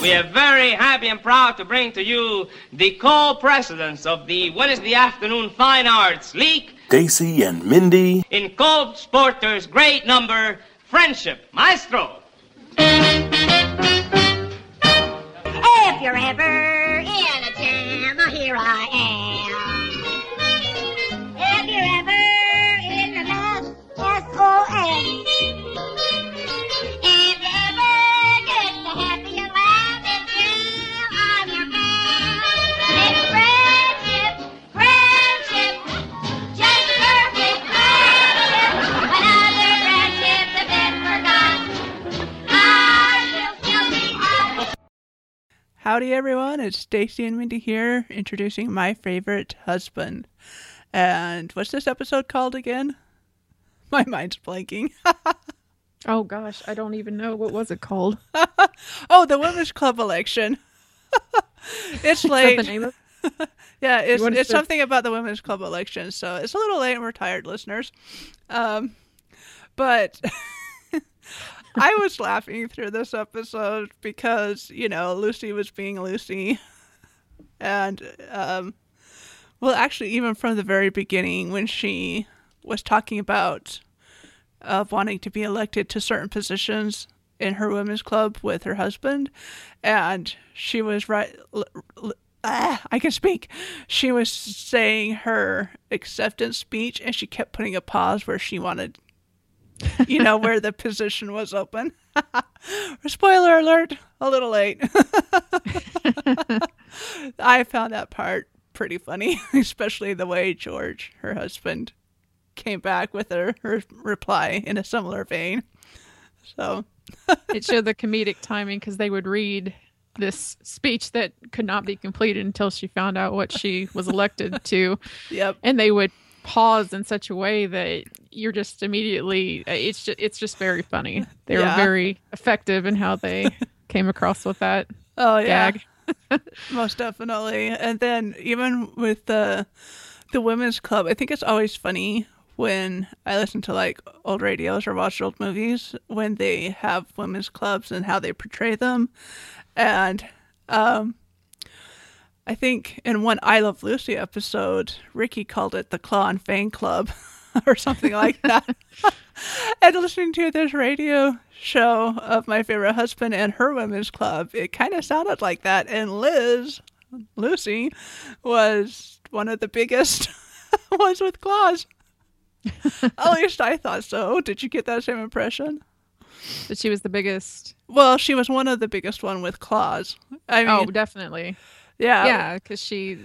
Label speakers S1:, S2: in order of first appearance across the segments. S1: We are very happy and proud to bring to you the co-presidents of the Wednesday Afternoon Fine Arts League
S2: Daisy and Mindy.
S1: in Cold Sporters Great Number Friendship. Maestro!
S3: If you're ever in a jam, oh, here I am. If you're ever in a mess, S-O-S. If you ever get the happy and loud and jam, I'm your man. It's friendship, friendship, just perfect friendship. When other friendships have been forgot, I will still be happy.
S4: Howdy everyone, it's Stacy and Mindy here, introducing my favorite husband. And what's this episode called again? My mind's blanking.
S5: Oh gosh, I don't even know what was it called.
S4: oh, the women's club election. it's
S5: Is that
S4: late.
S5: the name of?
S4: Yeah, it's,
S5: wanna
S4: it's
S5: start-
S4: something about the women's club election, so it's a little late and we're tired, listeners. Um, but I was laughing through this episode because you know Lucy was being Lucy, and um, well, actually, even from the very beginning when she was talking about of wanting to be elected to certain positions in her women's club with her husband and she was right l- l- ah, i can speak she was saying her acceptance speech and she kept putting a pause where she wanted you know where the position was open spoiler alert a little late i found that part pretty funny especially the way george her husband came back with her, her reply in a similar vein. So,
S5: It showed the comedic timing because they would read this speech that could not be completed until she found out what she was elected to,
S4: yep.
S5: and they would pause in such a way that you're just immediately. uh, It's just it's just very funny. They
S4: Yeah.
S5: were very effective in how they came across with that
S4: Oh yeah,
S5: gag.
S4: most definitely. And then even with the the women's club, I think it's always funny when I listen to like old radios or watch old movies when they have women's clubs and how they portray them. And um I think in one I Love Lucy episode, Ricky called it the Claw and Fang Club or something like that. and listening to this radio show of my favorite husband and her women's club, it kind of sounded like that. And Liz, Lucy, was one of the biggest ones with claws. At least I thought so. Did you get that same impression?
S5: That she was the biggest.
S4: Well, she was one of the biggest one with claws. I
S5: Oh,
S4: mean, uh,
S5: definitely.
S4: yeah,
S5: Yeah, because she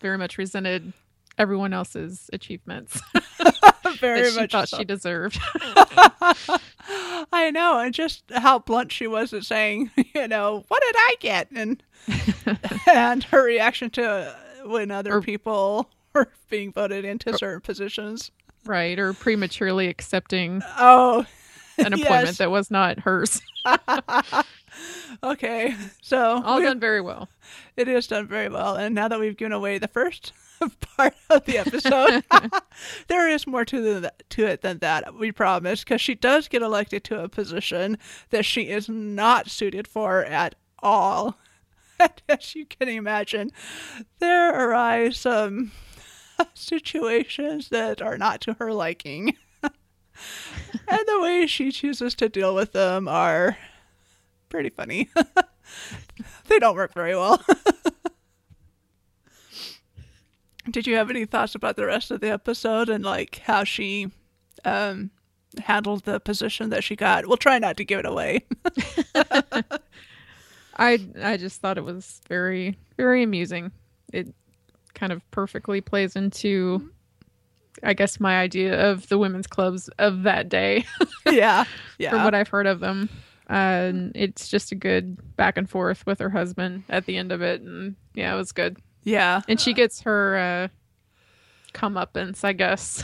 S5: very much resented everyone else's achievements
S4: very
S5: that she
S4: much.
S5: thought
S4: so.
S5: she deserved.
S4: I know, and just how blunt she was at saying, you know, what did I get? And and her reaction to when other
S5: Or-
S4: people were being voted into certain positions.
S5: Right, or prematurely accepting
S4: Oh,
S5: an
S4: Yes.
S5: appointment that was not hers.
S4: okay. So
S5: All
S4: we-
S5: done very well.
S4: it is done very well. And now that we've given away the first part of the episode, there is more to the, to it than that. We promise, because she does get elected to a position that she is not suited for at all. And as you can imagine, there arise some situations that are not to her liking. and the way she chooses to deal with them are pretty funny. they don't work very well. Did you have any thoughts about the rest of the episode and like how she um handled the position that she got? We'll try not to give it away.
S5: I I just thought it was very very amusing. It kind of perfectly plays into I guess my idea of the women's clubs of that day
S4: yeah. Yeah.
S5: from what I've heard of them. And it's just a good back and forth with her husband at the end of it and yeah, it was good.
S4: yeah.
S5: And she gets her uh comeuppance, I guess.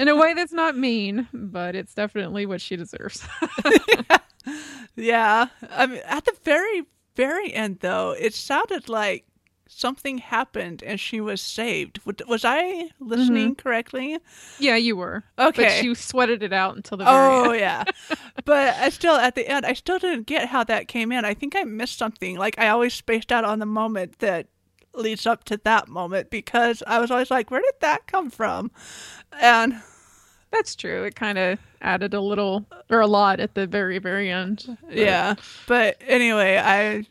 S5: In a way that's not mean, but it's definitely what she deserves.
S4: Yeah. I mean, at the very, very end, though, it sounded like something happened and she was saved. W- Was I listening
S5: Mm-hmm.
S4: correctly?
S5: Yeah, you were.
S4: Okay.
S5: But you sweated it out until the very end.
S4: Oh yeah, but I still at the end I still didn't get how that came in. I think I missed something. Like I always spaced out on the moment that leads up to that moment because I was always like, where did that come from? And
S5: That's true. It kind of added a little or a lot at the very, very end.
S4: yeah, but anyway, I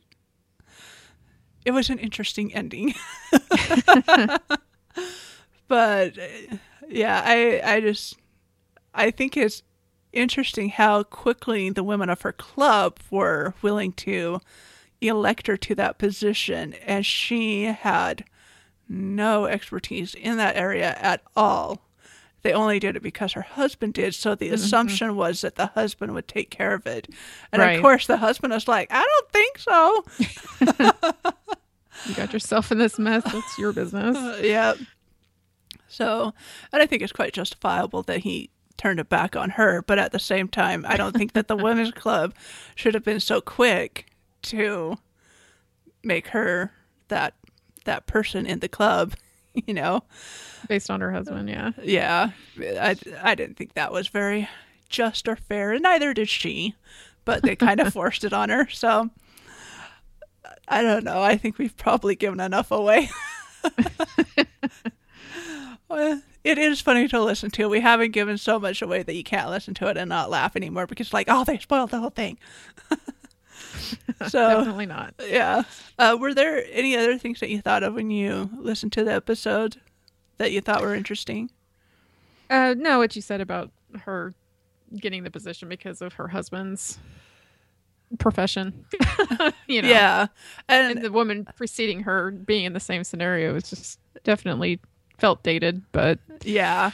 S4: it was an interesting ending. but uh, yeah, I I just I think it's interesting how quickly the women of her club were willing to elect her to that position and she had no expertise in that area at all. They only did it because her husband did, so the assumption was that the husband would take care of it. And
S5: Right.
S4: of course the husband was like, I don't think so.
S5: You got yourself in this mess. That's your business.
S4: Uh, yeah. So, and I think it's quite justifiable that he turned it back on her, but at the same time, I don't think that the women's club should have been so quick to make her that that person in the club, you know.
S5: Based on her husband, yeah.
S4: Yeah. I I didn't think that was very just or fair, and neither did she, but they kind of forced it on her. So, I don't know. I think we've probably given enough away. Well, it is funny to listen to. We haven't given so much away that you can't listen to it and not laugh anymore because, it's like, oh, they spoiled the whole thing. so,
S5: Definitely not.
S4: yeah. Uh, were there any other things that you thought of when you listened to the episode that you thought were interesting?
S5: Uh, no, what you said about her getting the position because of her husband's profession. you know,
S4: Yeah. And,
S5: And the woman preceding her being in the same scenario is just definitely felt dated, but
S4: yeah.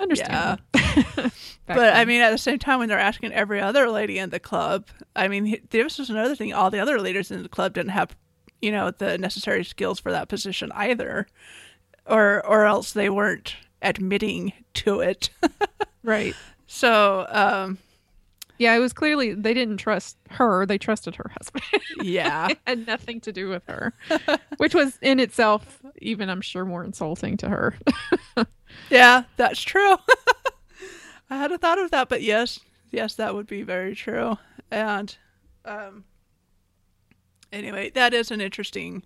S5: understandable. Back
S4: But I
S5: then.
S4: mean, at the same time, when they're asking every other lady in the club, I mean, he- this is another thing. All the other leaders in the club didn't have, you know, the necessary skills for that position either, or or else they weren't admitting to it.
S5: right.
S4: so, um,
S5: Yeah, it was clearly they didn't trust her; they trusted her husband.
S4: yeah,
S5: it had nothing to do with her, which was in itself even I'm sure more insulting to her.
S4: yeah, that's true. I hadn't thought of that, but yes, yes, that would be very true. And um, anyway, that is an interesting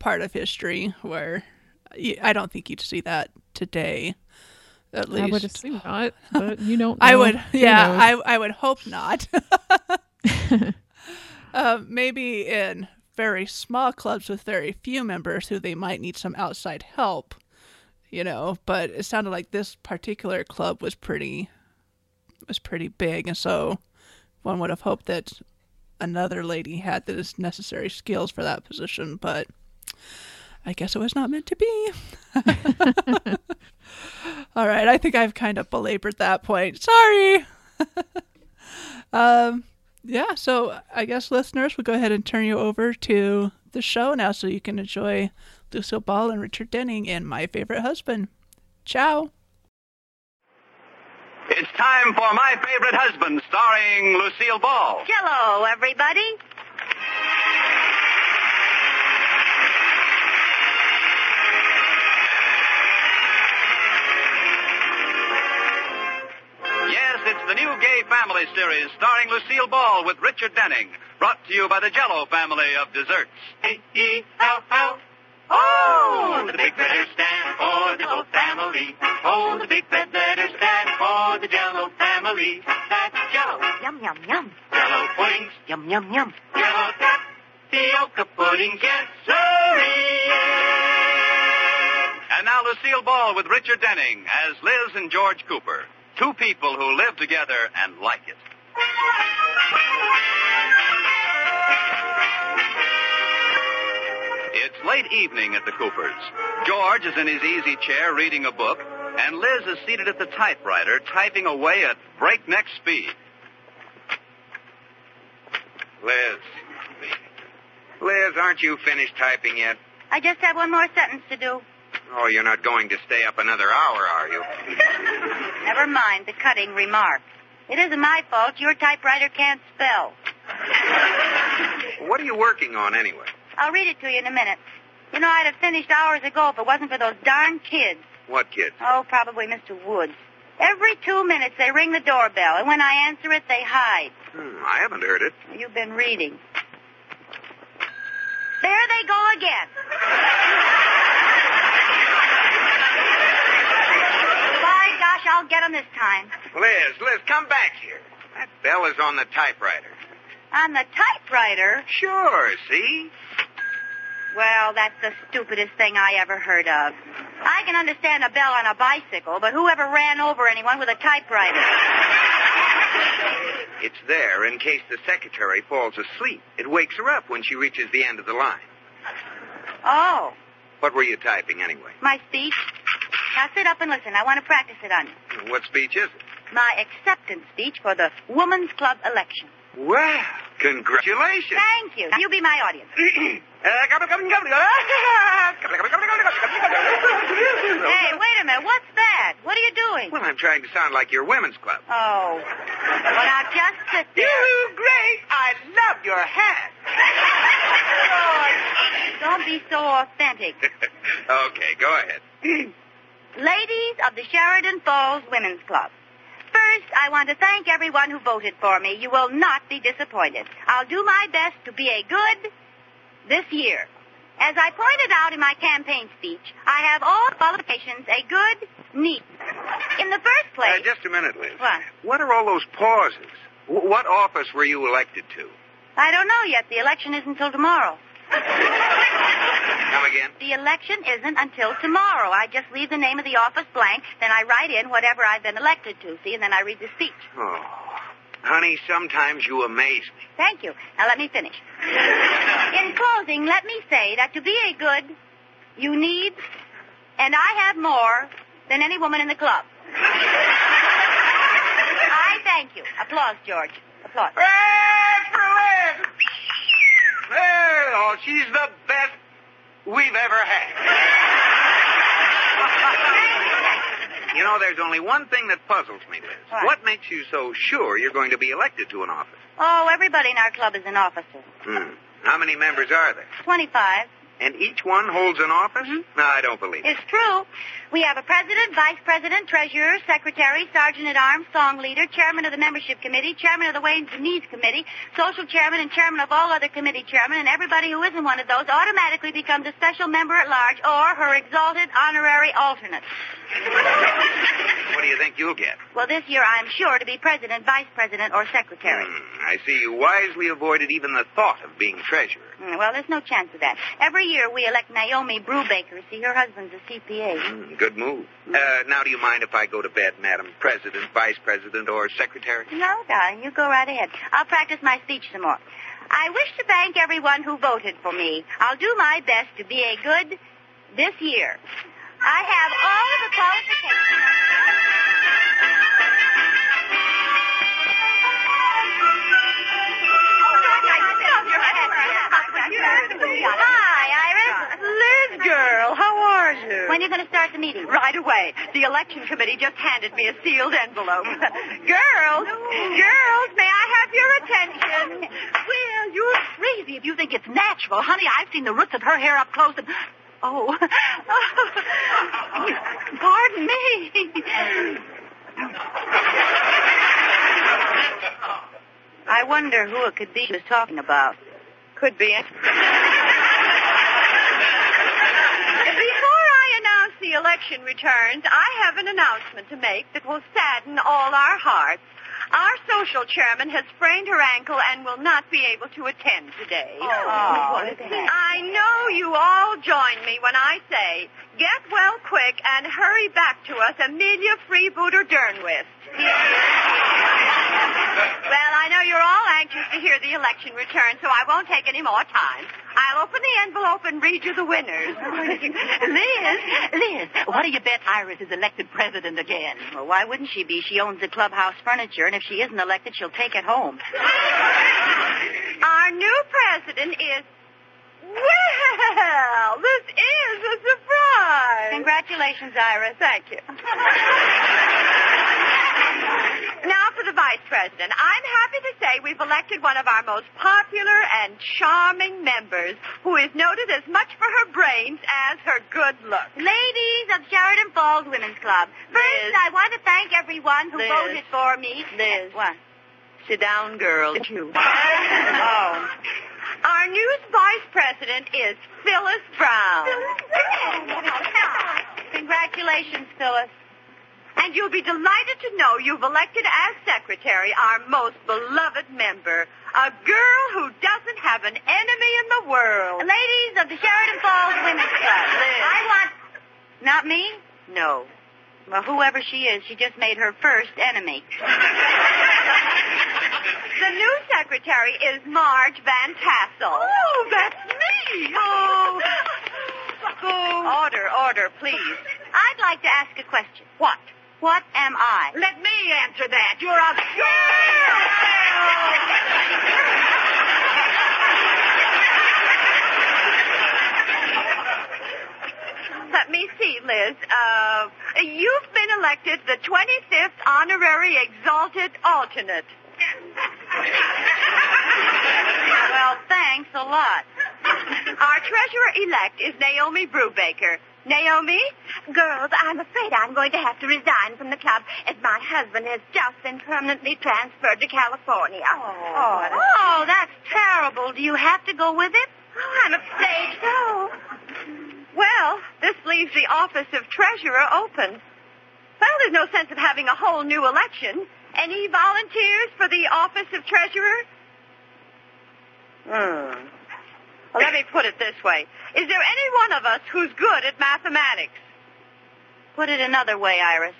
S4: part of history where y- I don't think you'd see that today. At least
S5: I would assume not, but you don't.
S4: I
S5: know.
S4: would,
S5: Who
S4: yeah,
S5: knows?
S4: I, I would hope not. uh, maybe in very small clubs with very few members who they might need some outside help, you know. But it sounded like this particular club was pretty was pretty big, and so one would have hoped that another lady had the necessary skills for that position, but. I guess it was not meant to be. All right, I think I've kind of belabored that point. Sorry. um, yeah, so I guess listeners, we'll go ahead and turn you over to the show now so you can enjoy Lucille Ball and Richard Denning and My Favorite Husband. Ciao.
S6: It's time for My Favorite Husband, starring Lucille Ball.
S7: Hello, everybody.
S6: Yes, it's the new gay family series starring Lucille Ball with Richard Denning, brought to you by the Jello family of desserts. E-E-L-L. Oh, the big letters stand for the whole family. Oh, the big red letters stand for the Jello family. That's Jello.
S7: Yum, yum, yum.
S6: Jello puddings,
S7: Yum, yum, yum.
S6: Jello tapioca pudding, yes, sirree. And now Lucille Ball with Richard Denning as Liz and George Cooper, two people who live together and like it. It's late evening at the Coopers. George is in his easy chair reading a book, and Liz is seated at the typewriter typing away at breakneck speed. Liz. Liz, aren't you finished typing yet?
S7: I just have one more sentence to do.
S6: Oh, you're not going to stay up another hour, are you?
S7: Never mind the cutting remark. It isn't my fault. Your typewriter can't spell.
S6: What are you working on anyway?
S7: I'll read it to you in a minute. You know, I'd have finished hours ago if it wasn't for those darn kids.
S6: What kids?
S7: Oh, probably Mr. Woods. Every two minutes they ring the doorbell, and when I answer it, they hide.
S6: Hmm, I haven't heard it.
S7: You've been reading. There they go again. By gosh, I'll get 'em this time.
S6: Liz, Liz, come back here. That bell is on the typewriter.
S7: On the typewriter?
S6: Sure, see?
S7: Well, that's the stupidest thing I ever heard of. I can understand a bell on a bicycle, but whoever ran over anyone with a typewriter?
S6: It's there in case the secretary falls asleep. It wakes her up when she reaches the end of the line.
S7: Oh,
S6: What were you typing anyway?
S7: my speech? Now sit up and listen. I want to practice it on you.
S6: What speech is it?
S7: My acceptance speech for the Woman's Club election.
S6: Well, congratulations.
S7: Thank you. You be my audience.
S6: Uh, come, come, come, come. Come, come, come, come, come, come.
S7: Hey, wait a minute. What's that? What are you doing?
S6: Well, I'm trying to sound like your women's club.
S7: Oh. Well, now just sit there.
S6: You great! I love your hat.
S7: Don't be so authentic.
S6: okay, go ahead. Uh,
S7: Ladies of the Sheridan Falls Women's Club. First, I want to thank everyone who voted for me. You will not be disappointed. I'll do my best to be a good this year. As I pointed out in my campaign speech, I have all qualifications a good, neat. In the first place,
S6: Uh, just a minute, Liz.
S7: What?
S6: What are all those pauses? W- what office were you elected to?
S7: I don't know yet. The election isn't till tomorrow.
S6: Come again?
S7: The election isn't until tomorrow. I just leave the name of the office blank, then I write in whatever I've been elected to, see, and then I read the speech.
S6: Oh, honey, sometimes you amaze me.
S7: Thank you. Now let me finish. In closing, let me say that to be a good, you need, and I have more than any woman in the club. I thank you. Applause, George. Applause.
S6: Red for Liz! Well, oh, she's the best we've ever had. You know, there's only one thing that puzzles me, Liz.
S7: What?
S6: What makes you so sure you're going to be elected to an office?
S7: Oh, everybody in our club is an officer.
S6: Hmm. How many members are there?
S7: 25.
S6: And each one holds an office? No, I don't believe it.
S7: It's true. We have a president, vice president, treasurer, secretary, sergeant at arms, song leader, chairman of the membership committee, chairman of the Wayne's and Needs committee, social chairman, and chairman of all other committee chairmen. And everybody who isn't one of those automatically becomes a special member at large or her exalted honorary alternate.
S6: What do you think you'll get?
S7: Well, this year I'm sure to be president, vice president, or secretary.
S6: Hmm, I see you wisely avoided even the thought of being treasurer.
S7: Mm, Well, there's no chance of that. Every year we elect Naomi Brubaker. See, her husband's a CPA.
S6: Hmm, good move. Uh, now, do you mind if I go to bed, Madam President, Vice President, or Secretary?
S7: No, darling, you go right ahead. I'll practice my speech some more. I wish to thank everyone who voted for me. I'll do my best to be a good this year. I have all of the qualifications. Hi, Iris.
S8: Liz, girl, how are you?
S7: When are you going to start the meeting?
S8: Right away. The election committee just handed me a sealed envelope. girls, girls, may I have your attention? well, you're crazy if you think it's natural. Honey, I've seen the roots of her hair up close and... Oh. Pardon me.
S7: I wonder who it could be she was talking about.
S8: Could be. Before I announce the election returns, I have an announcement to make that will sadden all our hearts. Our social chairman has sprained her ankle and will not be able to attend today.
S7: Oh, what a pity.
S8: I know you all join me when I say, get well quick and hurry back to us, Amelia Freebooter Dernwist. Well, I know you're all anxious to hear the election return, so I won't take any more time. I'll open the envelope and read you the winners.
S7: Liz, Liz, what do you bet Iris is elected president again? Well, why wouldn't she be? She owns the clubhouse furniture, and if she isn't elected, she'll take it home.
S8: Our new president is. Well, this is a surprise.
S7: Congratulations, Iris.
S8: Thank you. now for the
S7: Mr. Vice President, I'm happy to say we've elected one of our most popular and charming members, who is noted as much for her brains as her good looks.
S8: Ladies of Sheridan Falls Women's Club. First,
S7: Liz.
S8: I want to thank everyone who
S7: Liz.
S8: voted for me.
S7: Liz.
S8: What?
S7: Sit down, girls.
S8: It's you.
S7: oh. Our new vice president is Phyllis Brown. Congratulations, Phyllis. And you'll be delighted to know you've elected as secretary our most beloved member, a girl who doesn't have an enemy in the world.
S8: Ladies of the Sheridan Falls Women's Club.
S7: Liz.
S8: I want
S7: Not me? No. Well, whoever she is, she just made her first enemy. the new secretary is Marge Van Tassel. Oh, that's me. Oh. Order, order, please. I'd like to ask a question. What? What am I?
S8: Let me answer that. You're a girl.
S7: Let me see, Liz. Uh, you've been elected the 25th honorary exalted alternate. well, thanks a lot. Our treasurer-elect is Naomi Brubaker. Naomi?
S8: Girls, I'm afraid I'm going to have to resign from the club as my husband has just been permanently transferred to California.
S7: Oh.
S8: oh,
S7: Oh, that's terrible. Do you have to go with it?
S8: Oh, I'm afraid so.
S7: Well, this leaves the office of treasurer open. Well, there's no sense of having a whole new election. Any volunteers for the office of treasurer? Hmm. Well, let me put it this way. Is there any one of us who's good at mathematics? Put it another way, Iris.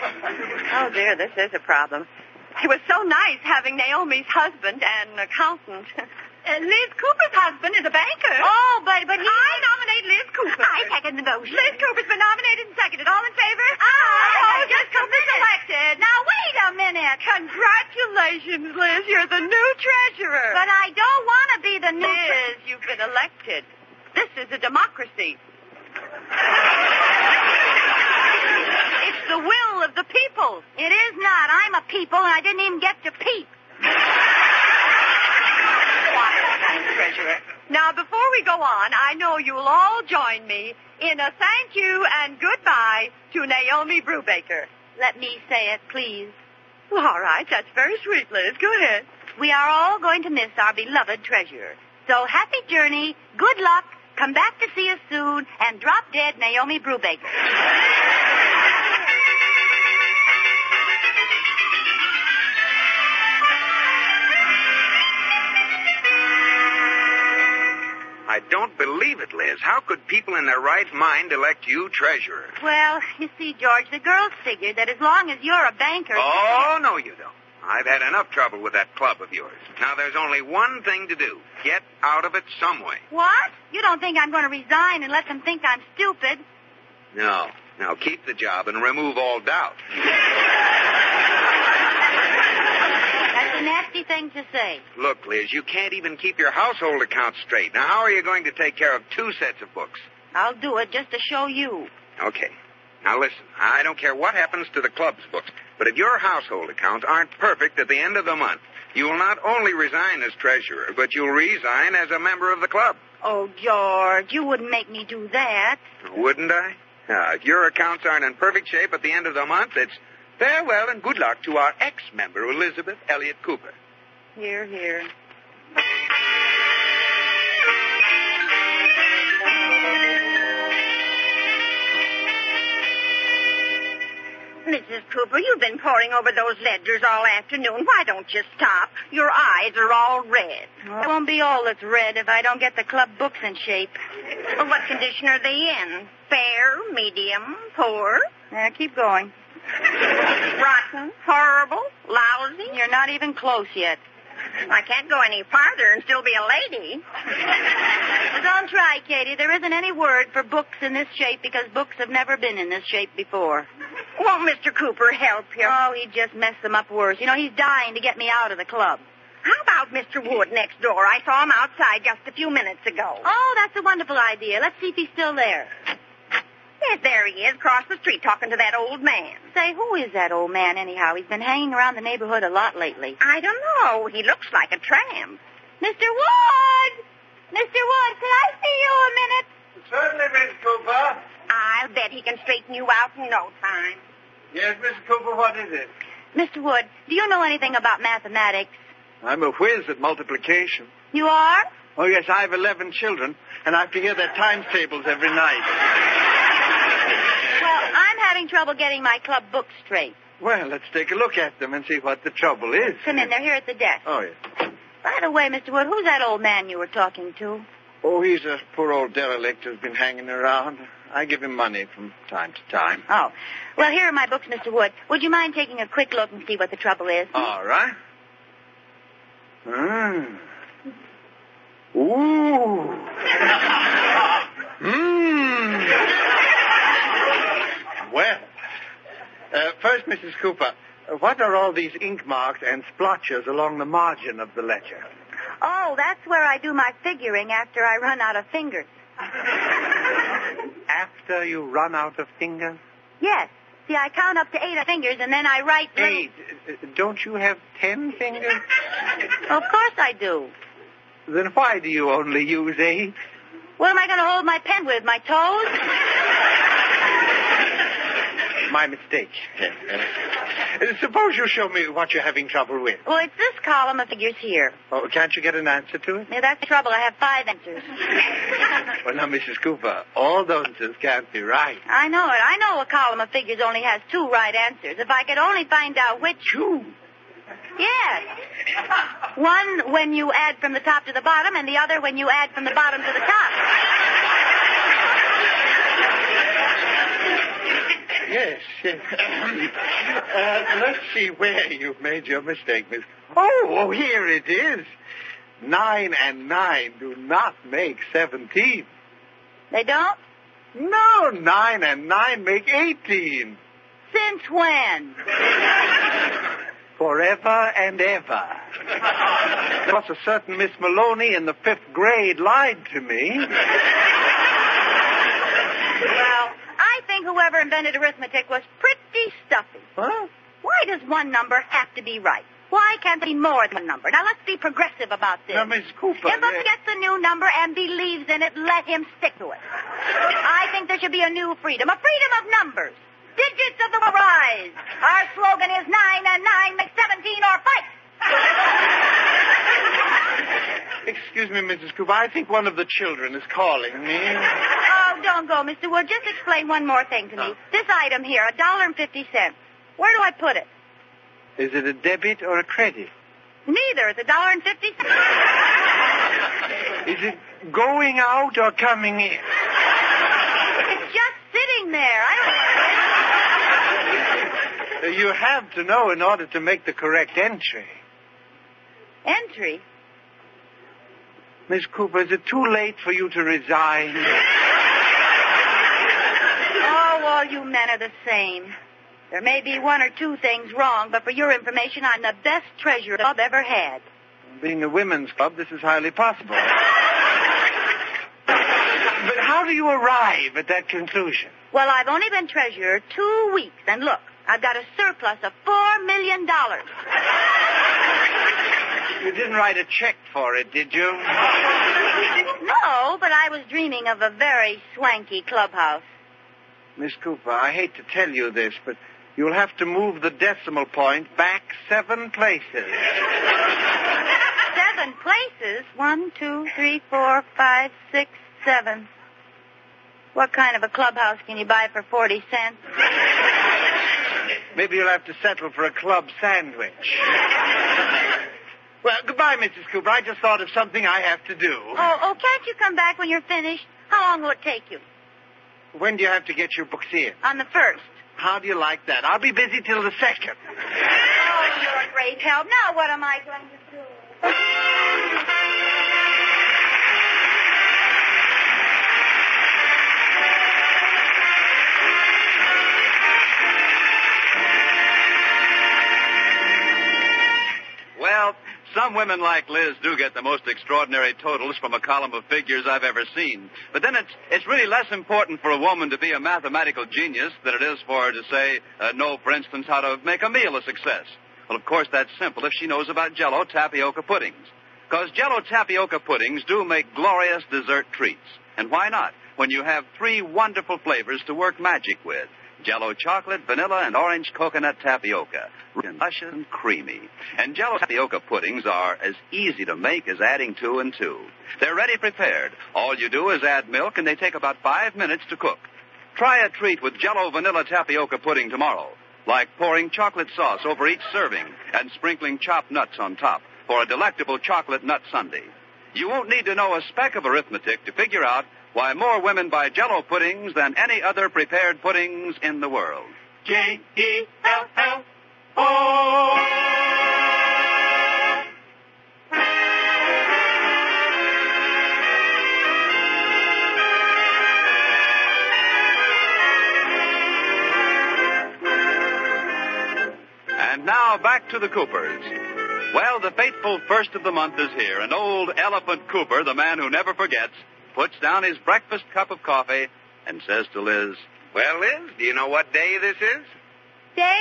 S7: oh, dear, this is a problem. It was so nice having Naomi's husband an accountant.
S8: Uh, Liz Cooper's husband is a banker.
S7: Oh, but, but he...
S8: I nominate Liz Cooper.
S7: I
S8: second the motion.
S7: Liz Cooper's been nominated and seconded. All in favor?
S8: Aye.
S7: Oh, just because is elected. Now, wait a minute. Congratulations, Liz. You're the new treasurer.
S8: But I don't want to be the new.
S7: Liz, you've been elected. This is a democracy. it's the will of the people.
S8: It is not. I'm a people, and I didn't even get to peep.
S7: Now, before we go on, I know you'll all join me in a thank you and goodbye to Naomi Brubaker.
S8: Let me say it, please.
S7: Well, all right, that's very sweet, Liz. Go ahead.
S8: We are all going to miss our beloved treasurer. So happy journey, good luck, come back to see us soon, and drop dead Naomi Brubaker.
S6: I don't believe it, Liz. How could people in their right mind elect you treasurer?
S8: Well, you see, George, the girls figured that as long as you're a banker.
S6: Oh, no, you don't. I've had enough trouble with that club of yours. Now, there's only one thing to do. Get out of it some way.
S8: What? You don't think I'm going to resign and let them think I'm stupid?
S6: No. Now, keep the job and remove all doubt.
S8: That's a nasty thing to say.
S6: Look, Liz, you can't even keep your household accounts straight. Now, how are you going to take care of two sets of books?
S8: I'll do it just to show you.
S6: Okay. Now, listen, I don't care what happens to the club's books, but if your household accounts aren't perfect at the end of the month, you will not only resign as treasurer, but you'll resign as a member of the club.
S8: Oh, George, you wouldn't make me do that.
S6: Wouldn't I? Now, if your accounts aren't in perfect shape at the end of the month, it's farewell and good luck to our ex-member, Elizabeth Elliott Cooper.
S7: Here, here.
S8: Mrs. Cooper, you've been poring over those ledgers all afternoon. Why don't you stop? Your eyes are all red.
S7: It won't be all that's red if I don't get the club books in shape.
S8: Well, what condition are they in? Fair, medium, poor,
S7: Yeah, keep going.
S8: rotten, horrible, lousy?
S7: You're not even close yet.
S8: I can't go any farther and still be a lady.
S7: Well, don't try, Katie. There isn't any word for books in this shape because books have never been in this shape before.
S8: Won't Mr. Cooper help you?
S7: Oh, he just messed them up worse. You know, he's dying to get me out of the club.
S8: How about Mr. Wood next door? I saw him outside just a few minutes ago.
S7: Oh, that's a wonderful idea. Let's see if he's still there. Yes, there he is, across the street, talking to that old man. Say, who is that old man anyhow? He's been hanging around the neighborhood a lot lately. I don't know. He looks like a tramp. Mr. Wood! Mr. Wood, can I see you a minute?
S6: Certainly, Miss Cooper.
S7: I'll bet he can straighten you out in no time.
S6: Yes, Miss Cooper, what is it?
S7: Mr. Wood, do you know anything about mathematics?
S6: I'm a whiz at multiplication.
S7: You are?
S6: Oh, yes, I have 11 children, and I have to hear their times tables every night.
S7: Well, I'm having trouble getting my club book straight.
S6: Well, let's take a look at them and see what the trouble is.
S7: Come in, they're here at the desk.
S6: Oh, yes.
S7: By the way, Mr. Wood, who's that old man you were talking to?
S6: Oh, he's a poor old derelict who's been hanging around. I give him money from time to time.
S7: Oh. Well, here are my books, Mr. Wood. Would you mind taking a quick look and see what the trouble is?
S6: All right. Mm. Ooh. Mmm. Well, uh, first, Mrs. Cooper, uh, what are all these ink marks and splotches along the margin of the ledger?
S7: Oh, that's where I do my figuring after I run out of fingers.
S6: After you run out of fingers?
S7: Yes. See, I count up to eight fingers and then I write little-
S6: Eight. Uh, Don't you have ten fingers?
S7: Of course I do.
S6: Then why do you only use eight?
S7: What am I going to hold my pen with? My toes?
S6: My mistake. Uh, Suppose you show me what you're having trouble with.
S7: Well, it's this column of figures here.
S6: Oh, can't you get an answer to it?
S7: Now, that's the trouble. I have five answers.
S6: Well, now, Mrs. Cooper, all those answers can't be right.
S7: I know it. I know a column of figures only has two right answers. If I could only find out which.
S6: Two.
S7: Yes. One when you add from the top to the bottom, and the other when you add from the bottom to the top.
S6: Yes, yes. uh, let's see where you've made your mistake, Miss. Oh, oh, here it is. Nine and nine do not make seventeen.
S7: They don't?
S6: No, nine and nine make eighteen.
S7: Since when?
S6: Forever and ever. Plus, a certain Miss Maloney in the fifth grade lied to me.
S7: Well, I think whoever invented arithmetic was pretty stuffy.
S6: Huh?
S7: Why does one number have to be right? Why can't there be more than one number? Now, let's be progressive about this.
S6: Now, Miss Cooper.
S7: If
S6: uh,
S7: Phillips gets a new number and believes in it, let him stick to it. I think there should be a new freedom, a freedom of numbers. Digits of the will rise. Our slogan is nine and nine make seventeen or fight.
S6: Excuse me, Mrs. Cooper. I think one of the children is calling me.
S7: Oh, don't go, Mr. Wood. Just explain one more thing to me. This item here, a dollar and fifty cents. Where do I put it?
S6: Is it a debit or a credit?
S7: Neither. It's a dollar and fifty cents.
S6: Is it going out or coming in?
S7: It's just sitting there. I don't.
S6: Uh, You have to know in order to make the correct entry.
S7: Entry.
S6: Miss Cooper, is it too late for you to resign?
S7: Oh, all you men are the same. There may be one or two things wrong, but for your information, I'm the best treasurer I've ever had.
S6: Being a women's club, this is highly possible. but how do you arrive at that conclusion?
S7: Well, I've only been treasurer two weeks, and look, I've got a surplus of four million dollars.
S6: You didn't write a check for it, did you?
S7: No, but I was dreaming of a very swanky clubhouse.
S6: Miss Cooper, I hate to tell you this, but you'll have to move the decimal point back seven places.
S7: Seven places. One, two, three, four, five, six, seven. What kind of a clubhouse can you buy for 40 cents?
S6: Maybe you'll have to settle for a club sandwich. well, goodbye, Mrs. Cooper. I just thought of something I have to do.
S7: Oh, oh, can't you come back when you're finished? How long will it take you?
S6: When do you have to get your books in?
S7: On the first.
S6: How do you like that? I'll be busy till the second.
S7: Oh, you're a great help. Now what am I going to do?
S6: Well, some Some women like Liz do get the most extraordinary totals from a column of figures I've ever seen. But then it's, it's really less important for a woman to be a mathematical genius than it is for her to say, uh, know, for instance, how to make a meal a success. Well, of course, that's simple if she knows about Jello tapioca puddings. Because Jello tapioca puddings do make glorious dessert treats. And why not? When you have three wonderful flavors to work magic with. Jello chocolate, vanilla, and orange coconut tapioca. Rich and Luscious and creamy. And Jello tapioca puddings are as easy to make as adding two and two. They're ready prepared. All you do is add milk and they take about five minutes to cook. Try a treat with Jello vanilla tapioca pudding tomorrow. Like pouring chocolate sauce over each serving and sprinkling chopped nuts on top for a delectable chocolate nut sundae. You won't need to know a speck of arithmetic to figure out why more women buy jello puddings than any other prepared puddings in the world. J E L L O. And now back to the Coopers. Well, the fateful first of the month is here, and old Elephant Cooper, the man who never forgets, puts down his breakfast cup of coffee and says to Liz, Well, Liz, do you know what day this is?
S7: Day?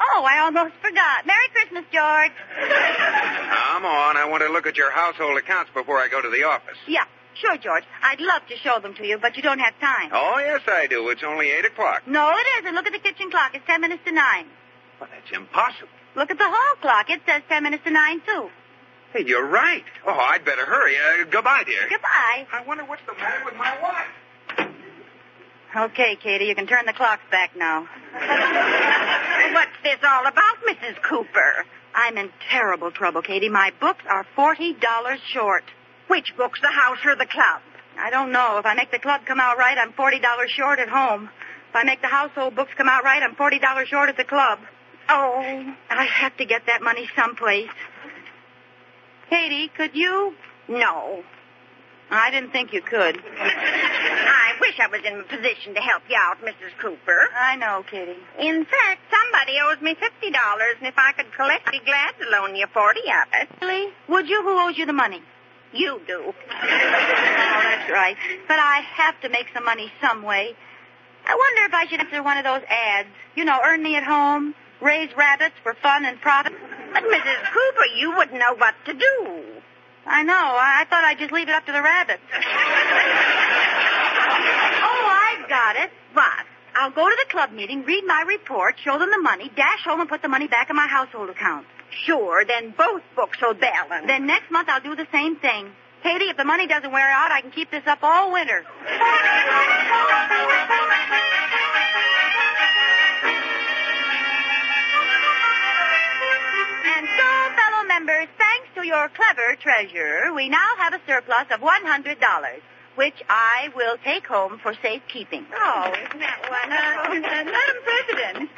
S7: Oh, I almost forgot. Merry Christmas, George.
S6: Come on, I want to look at your household accounts before I go to the office.
S7: Yeah, sure, George. I'd love to show them to you, but you don't have time.
S6: Oh, yes, I do. It's only 8 o'clock.
S7: No, it isn't. Look at the kitchen clock. It's ten minutes to nine.
S6: Well, that's impossible.
S7: Look at the hall clock. It says ten minutes to nine, too.
S6: Hey, you're right. Oh, I'd better hurry. Uh, goodbye, dear.
S7: Goodbye.
S6: I wonder what's the matter with my wife.
S7: Okay, Katie, you can turn the clocks back now.
S8: What's this all about, Mrs. Cooper?
S7: I'm in terrible trouble, Katie. My books are $40 short.
S8: Which books, the house or the club?
S7: I don't know. If I make the club come out right, I'm $40 short at home. If I make the household books come out right, I'm $40 short at the club.
S8: Oh,
S7: I have to get that money someplace. Katie, could you?
S8: no.
S7: I didn't think you could.
S8: I wish I was in a position to help you out, Mrs. Cooper.
S7: I know, Katie.
S8: In fact, somebody owes me $50, and if I could collect, I'd be glad to loan you 40 of it.
S7: Really? Would you? Who owes you the money?
S8: You do.
S7: Oh, that's right. But I have to make some money some way. I wonder if I should enter one of those ads. You know, earn me at home, raise rabbits for fun and profit.
S8: But, Mrs. Cooper, you wouldn't know what to do.
S7: I know. I, I thought I'd just leave it up to the rabbits. oh, I've got it.
S8: What?
S7: I'll go to the club meeting, read my report, show them the money, dash home and put the money back in my household account.
S8: Sure, then both books will balance.
S7: Then next month I'll do the same thing. Katie, if the money doesn't wear out, I can keep this up all winter.
S8: And so, fellow members, thanks to your clever treasurer, we now have a surplus of $100, which I will take home for safekeeping. Uh,
S7: Oh, isn't that wonderful?
S8: Madam President.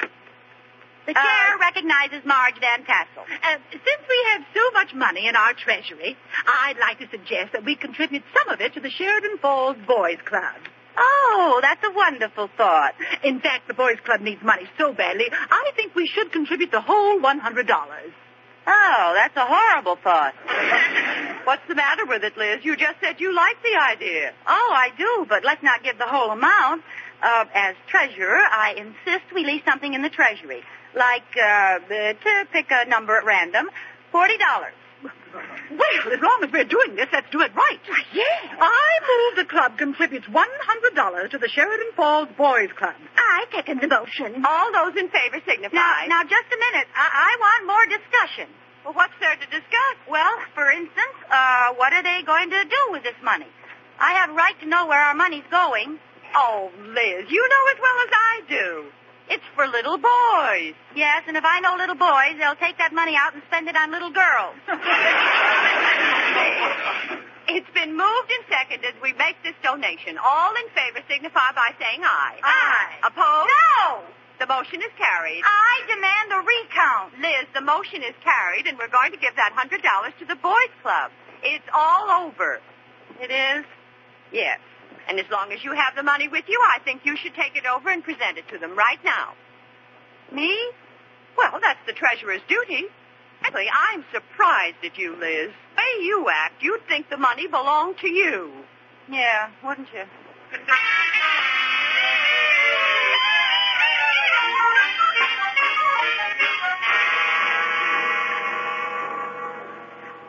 S7: The
S8: Uh,
S7: chair recognizes Marge Van Tassel.
S8: Uh, since we have so much money in our treasury, I'd like to suggest that we contribute some of it to the Sheridan Falls Boys Club.
S7: Oh, that's a wonderful thought.
S8: In fact, the Boys Club needs money so badly, I think we should contribute the whole $100.
S7: Oh, that's a horrible thought.
S8: What's the matter with it, Liz? You just said you liked the idea.
S7: Oh, I do, but let's not give the whole amount. Uh, as treasurer, I insist we leave something in the treasury, like uh, the- to pick a number at random, forty dollars.
S8: Well, as long as we're doing this, let's do it right.
S7: yes.
S8: I move the club contributes $100 to the Sheridan Falls Boys Club.
S7: I second the motion.
S8: All those in favor signify.
S7: Now, now, just a minute. I, I want more discussion.
S8: well, what's there to discuss?
S7: Well, for instance, uh, what are they going to do with this money? I have a right to know where our money's going.
S8: Oh, Liz, you know as well as I do. It's for little boys.
S7: Yes, and if I know little boys, they'll take that money out and spend it on little girls.
S8: It's been moved and seconded. We make this donation. All in favor signify by saying aye.
S7: Aye.
S8: Opposed?
S7: No!
S8: The motion is carried.
S7: I demand a recount.
S8: Liz, the motion is carried, and we're going to give that hundred dollars to the boys' club. It's all over.
S7: It is?
S8: Yes. And as long as you have the money with you, I think you should take it over and present it to them right now.
S7: Me?
S8: Well, that's the treasurer's duty.
S7: Frankly, I'm surprised at you, Liz. The way you act, you'd think the money belonged to you. Yeah, wouldn't you?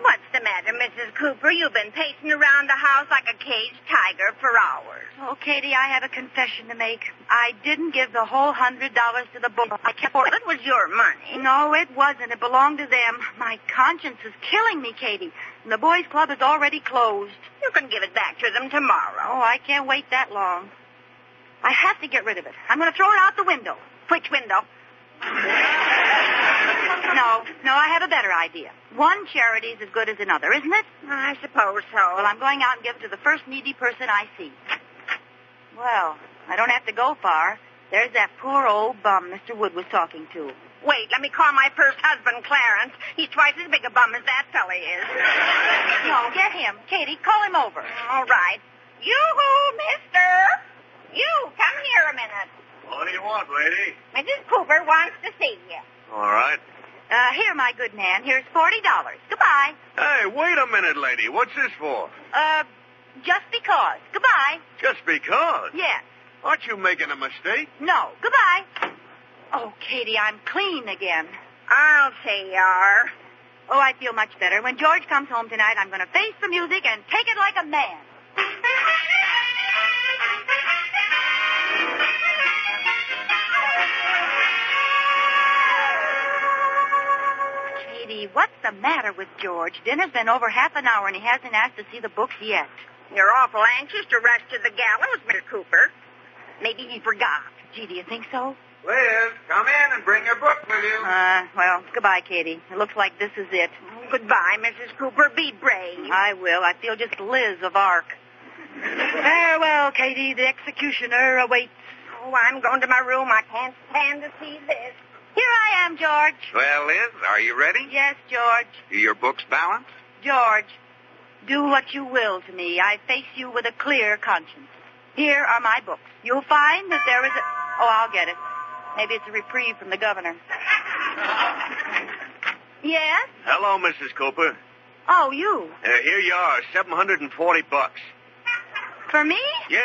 S9: What's the matter, Mrs. Cooper? You've been pacing around the house like a caged tiger for hours.
S7: Oh, Katie, I have a confession to make. I didn't give the whole hundred dollars to the boy. I kept
S9: Well, it was your money.
S7: No, it wasn't. It belonged to them. My conscience is killing me, Katie. And the boys' club is already closed.
S9: You can give it back to them tomorrow.
S7: Oh, I can't wait that long. I have to get rid of it. I'm going to throw it out the window.
S9: Which window?
S7: No, no, I have a better idea. One charity's as good as another, isn't it?
S9: I suppose so.
S7: Well, I'm going out and give it to the first needy person I see. Well, I don't have to go far. There's that poor old bum Mr. Wood was talking to.
S9: Wait, let me call my first husband, Clarence. He's twice as big a bum as that fella is.
S7: No, get him. Katie, call him over.
S9: All right. You-hoo, mister. You, come here a minute.
S6: What do you want, lady?
S9: Mrs. Cooper wants to see you.
S6: All right.
S7: Uh, here, my good man. Here's forty dollars. Goodbye.
S6: Hey, wait a minute, lady. What's this for?
S7: Uh, just because. Goodbye.
S6: Just because.
S7: Yes.
S6: Aren't you making a mistake?
S7: No. Goodbye. Oh, Katie, I'm clean again.
S9: I'll say you are.
S7: Oh, I feel much better. When George comes home tonight, I'm going to face the music and take it like a man. Katie, what's the matter with George? Dinner's been over half an hour and he hasn't asked to see the books yet.
S9: You're awful anxious to rush to the gallows, Mr. Cooper.
S7: Maybe he forgot. Gee, do you think so?
S6: Liz, come in and bring your book with you.
S7: Uh, well, goodbye, Katie. It looks like this is it.
S9: Goodbye, Mrs. Cooper. Be brave.
S7: I will. I feel just Liz of Arc. Farewell, Katie. The executioner awaits.
S9: Oh, I'm going to my room. I can't stand to see this.
S7: Here I am, George.
S6: well, Liz, are you ready?
S7: Yes, George.
S6: Your book's balanced?
S7: George, do what you will to me. I face you with a clear conscience. Here are my books. You'll find that there is a... Oh, I'll get it. Maybe it's a reprieve from the governor. yes?
S6: Hello, Mrs. Cooper.
S7: Oh, you.
S6: Uh, here you are, 740 bucks.
S7: For me?
S6: Yeah,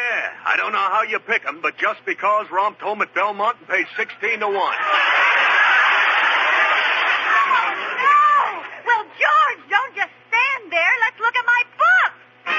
S6: I don't know how you pick 'em, but just because romped home at Belmont and paid 16 to 1.
S7: Oh, No! Well, George, don't just stand there. Let's look at my book. Ah,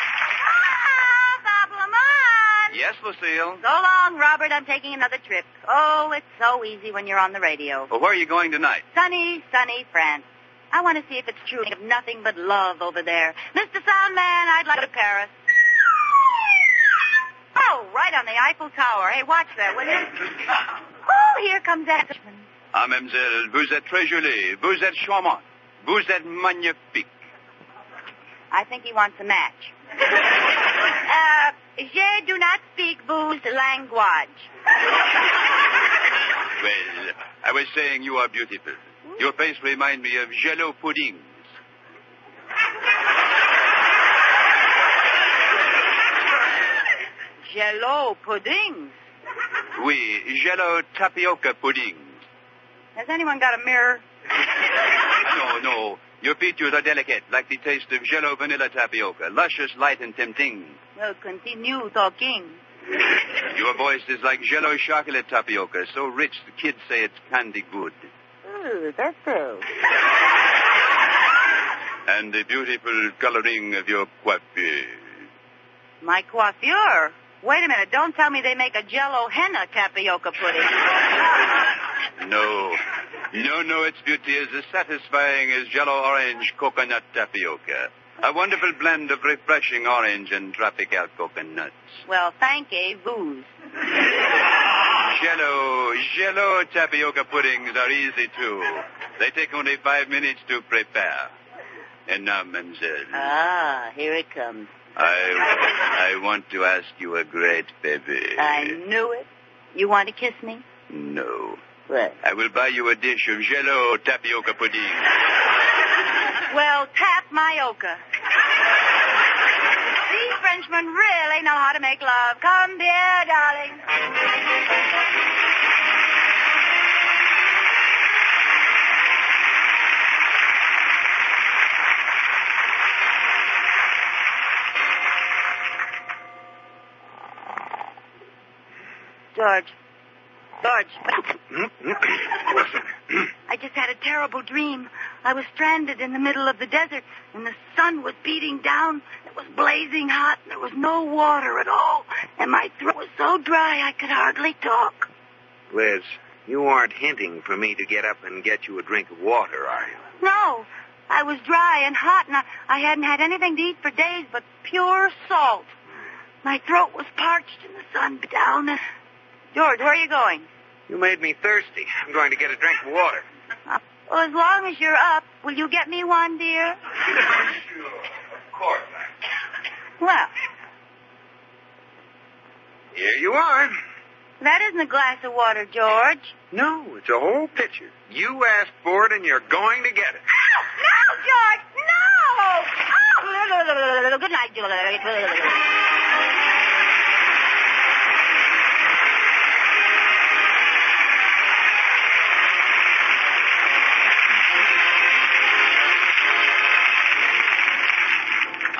S9: Ah,
S7: Problem on.
S6: Yes, Lucille.
S7: So long, Robert. I'm taking another trip. Oh, it's so easy when you're on the radio.
S6: Well, where are you going tonight?
S7: Sunny, sunny France. I want to see if it's true. Think of nothing but love over there. Mr. Soundman, I'd like to Paris. Oh, right on the Eiffel Tower. Hey, watch that, will you? Oh, here comes Ashman.
S6: Ah, mademoiselle, vous êtes très jolie, vous êtes charmante, vous êtes magnifique.
S7: I think he wants a match. uh, je do not speak booze language.
S6: Well, I was saying you are beautiful. Your face reminds me of jello puddings.
S7: Jello puddings.
S6: Oui, jello tapioca puddings.
S7: Has anyone got a mirror?
S6: No, no, your features are delicate, like the taste of jello vanilla tapioca, luscious, light, and tempting.
S7: Well, continue talking.
S6: Your voice is like jello chocolate tapioca, so rich the kids say it's candy good.
S7: Ooh, that's true.
S6: And the beautiful coloring of your coiffure.
S7: My coiffure. Wait a minute. Don't tell me they make a jello henna tapioca pudding.
S6: No. No, no, its beauty is as satisfying as jello orange coconut tapioca. A wonderful blend of refreshing orange and tropical coconuts.
S7: well, thank a booze.
S6: Jello, jello tapioca puddings are easy too. They take only five minutes to prepare. And now, mademoiselle,
S7: Ah, here it comes.
S6: I, I want to ask you a great favor.
S7: I knew it. You want to kiss me?
S6: No.
S7: What?
S6: I will buy you a dish of jello tapioca pudding.
S7: Well, tap my ochre. These Frenchmen really know how to make love. Come here, darling. George. George.
S6: What's that?
S7: I just had a terrible dream. I was stranded in the middle of the desert, and the sun was beating down. It was blazing hot, and there was no water at all. And my throat was so dry I could hardly talk.
S6: Liz, you aren't hinting for me to get up and get you a drink of water, are you?
S7: No, I was dry and hot, and I, I hadn't had anything to eat for days but pure salt. My throat was parched, and the sun beat down. George, where are you going?
S6: You made me thirsty. I'm going to get a drink of water.
S7: Uh, Well, as long as you're up, will you get me one, dear?
S6: Of course.
S7: Well,
S6: Here you are.
S7: that isn't a glass of water, George.
S6: No, it's a whole picture. You asked for it and you're going to get it.
S7: No, George, no! Oh, good night, George.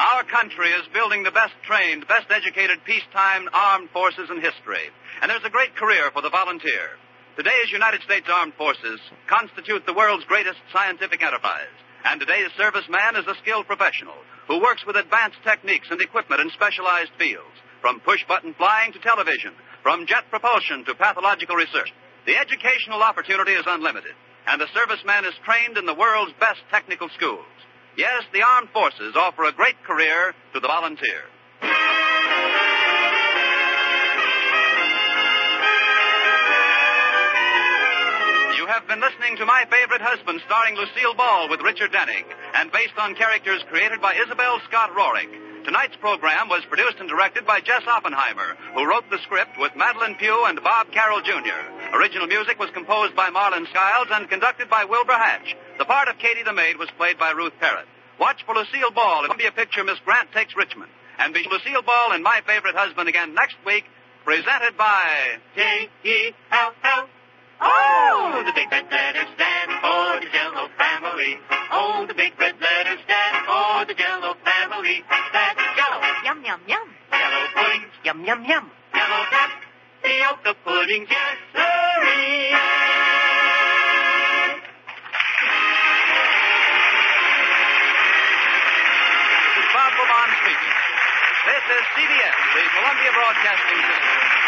S6: Our country is building the best trained, best educated peacetime armed forces in history. And there's a great career for the volunteer. Today's United States Armed Forces constitute the world's greatest scientific enterprise. And today's serviceman is a skilled professional who works with advanced techniques and equipment in specialized fields, from push button flying to television, from jet propulsion to pathological research. The educational opportunity is unlimited, and the serviceman is trained in the world's best technical schools. Yes, the armed forces offer a great career to the volunteer. You have been listening to My Favorite Husband, starring Lucille Ball with Richard Denning, and based on characters created by Isabel Scott Rorick. Tonight's program was produced and directed by Jess Oppenheimer, who wrote the script with Madeline Pugh and Bob Carroll Jr. Original music was composed by Marlon Skiles and conducted by Wilbur Hatch. The part of Katie the Maid was played by Ruth Parrott. Watch for Lucille Ball in Columbia Picture Miss Grant Takes Richmond. And be Lucille Ball in My Favorite Husband again next week, presented by E T-E-L-L. Oh, the big red letters stand for the Jello family. Oh, the big red letters stand for the Jello family. That's Jello,
S7: Yum, yum, yum.
S6: Jello pudding,
S7: Yum, yum, yum.
S6: Jello tap, the Oka pudding, yes, sirree. This is Bob Lamont speaking. This is CBS, the Columbia Broadcasting System.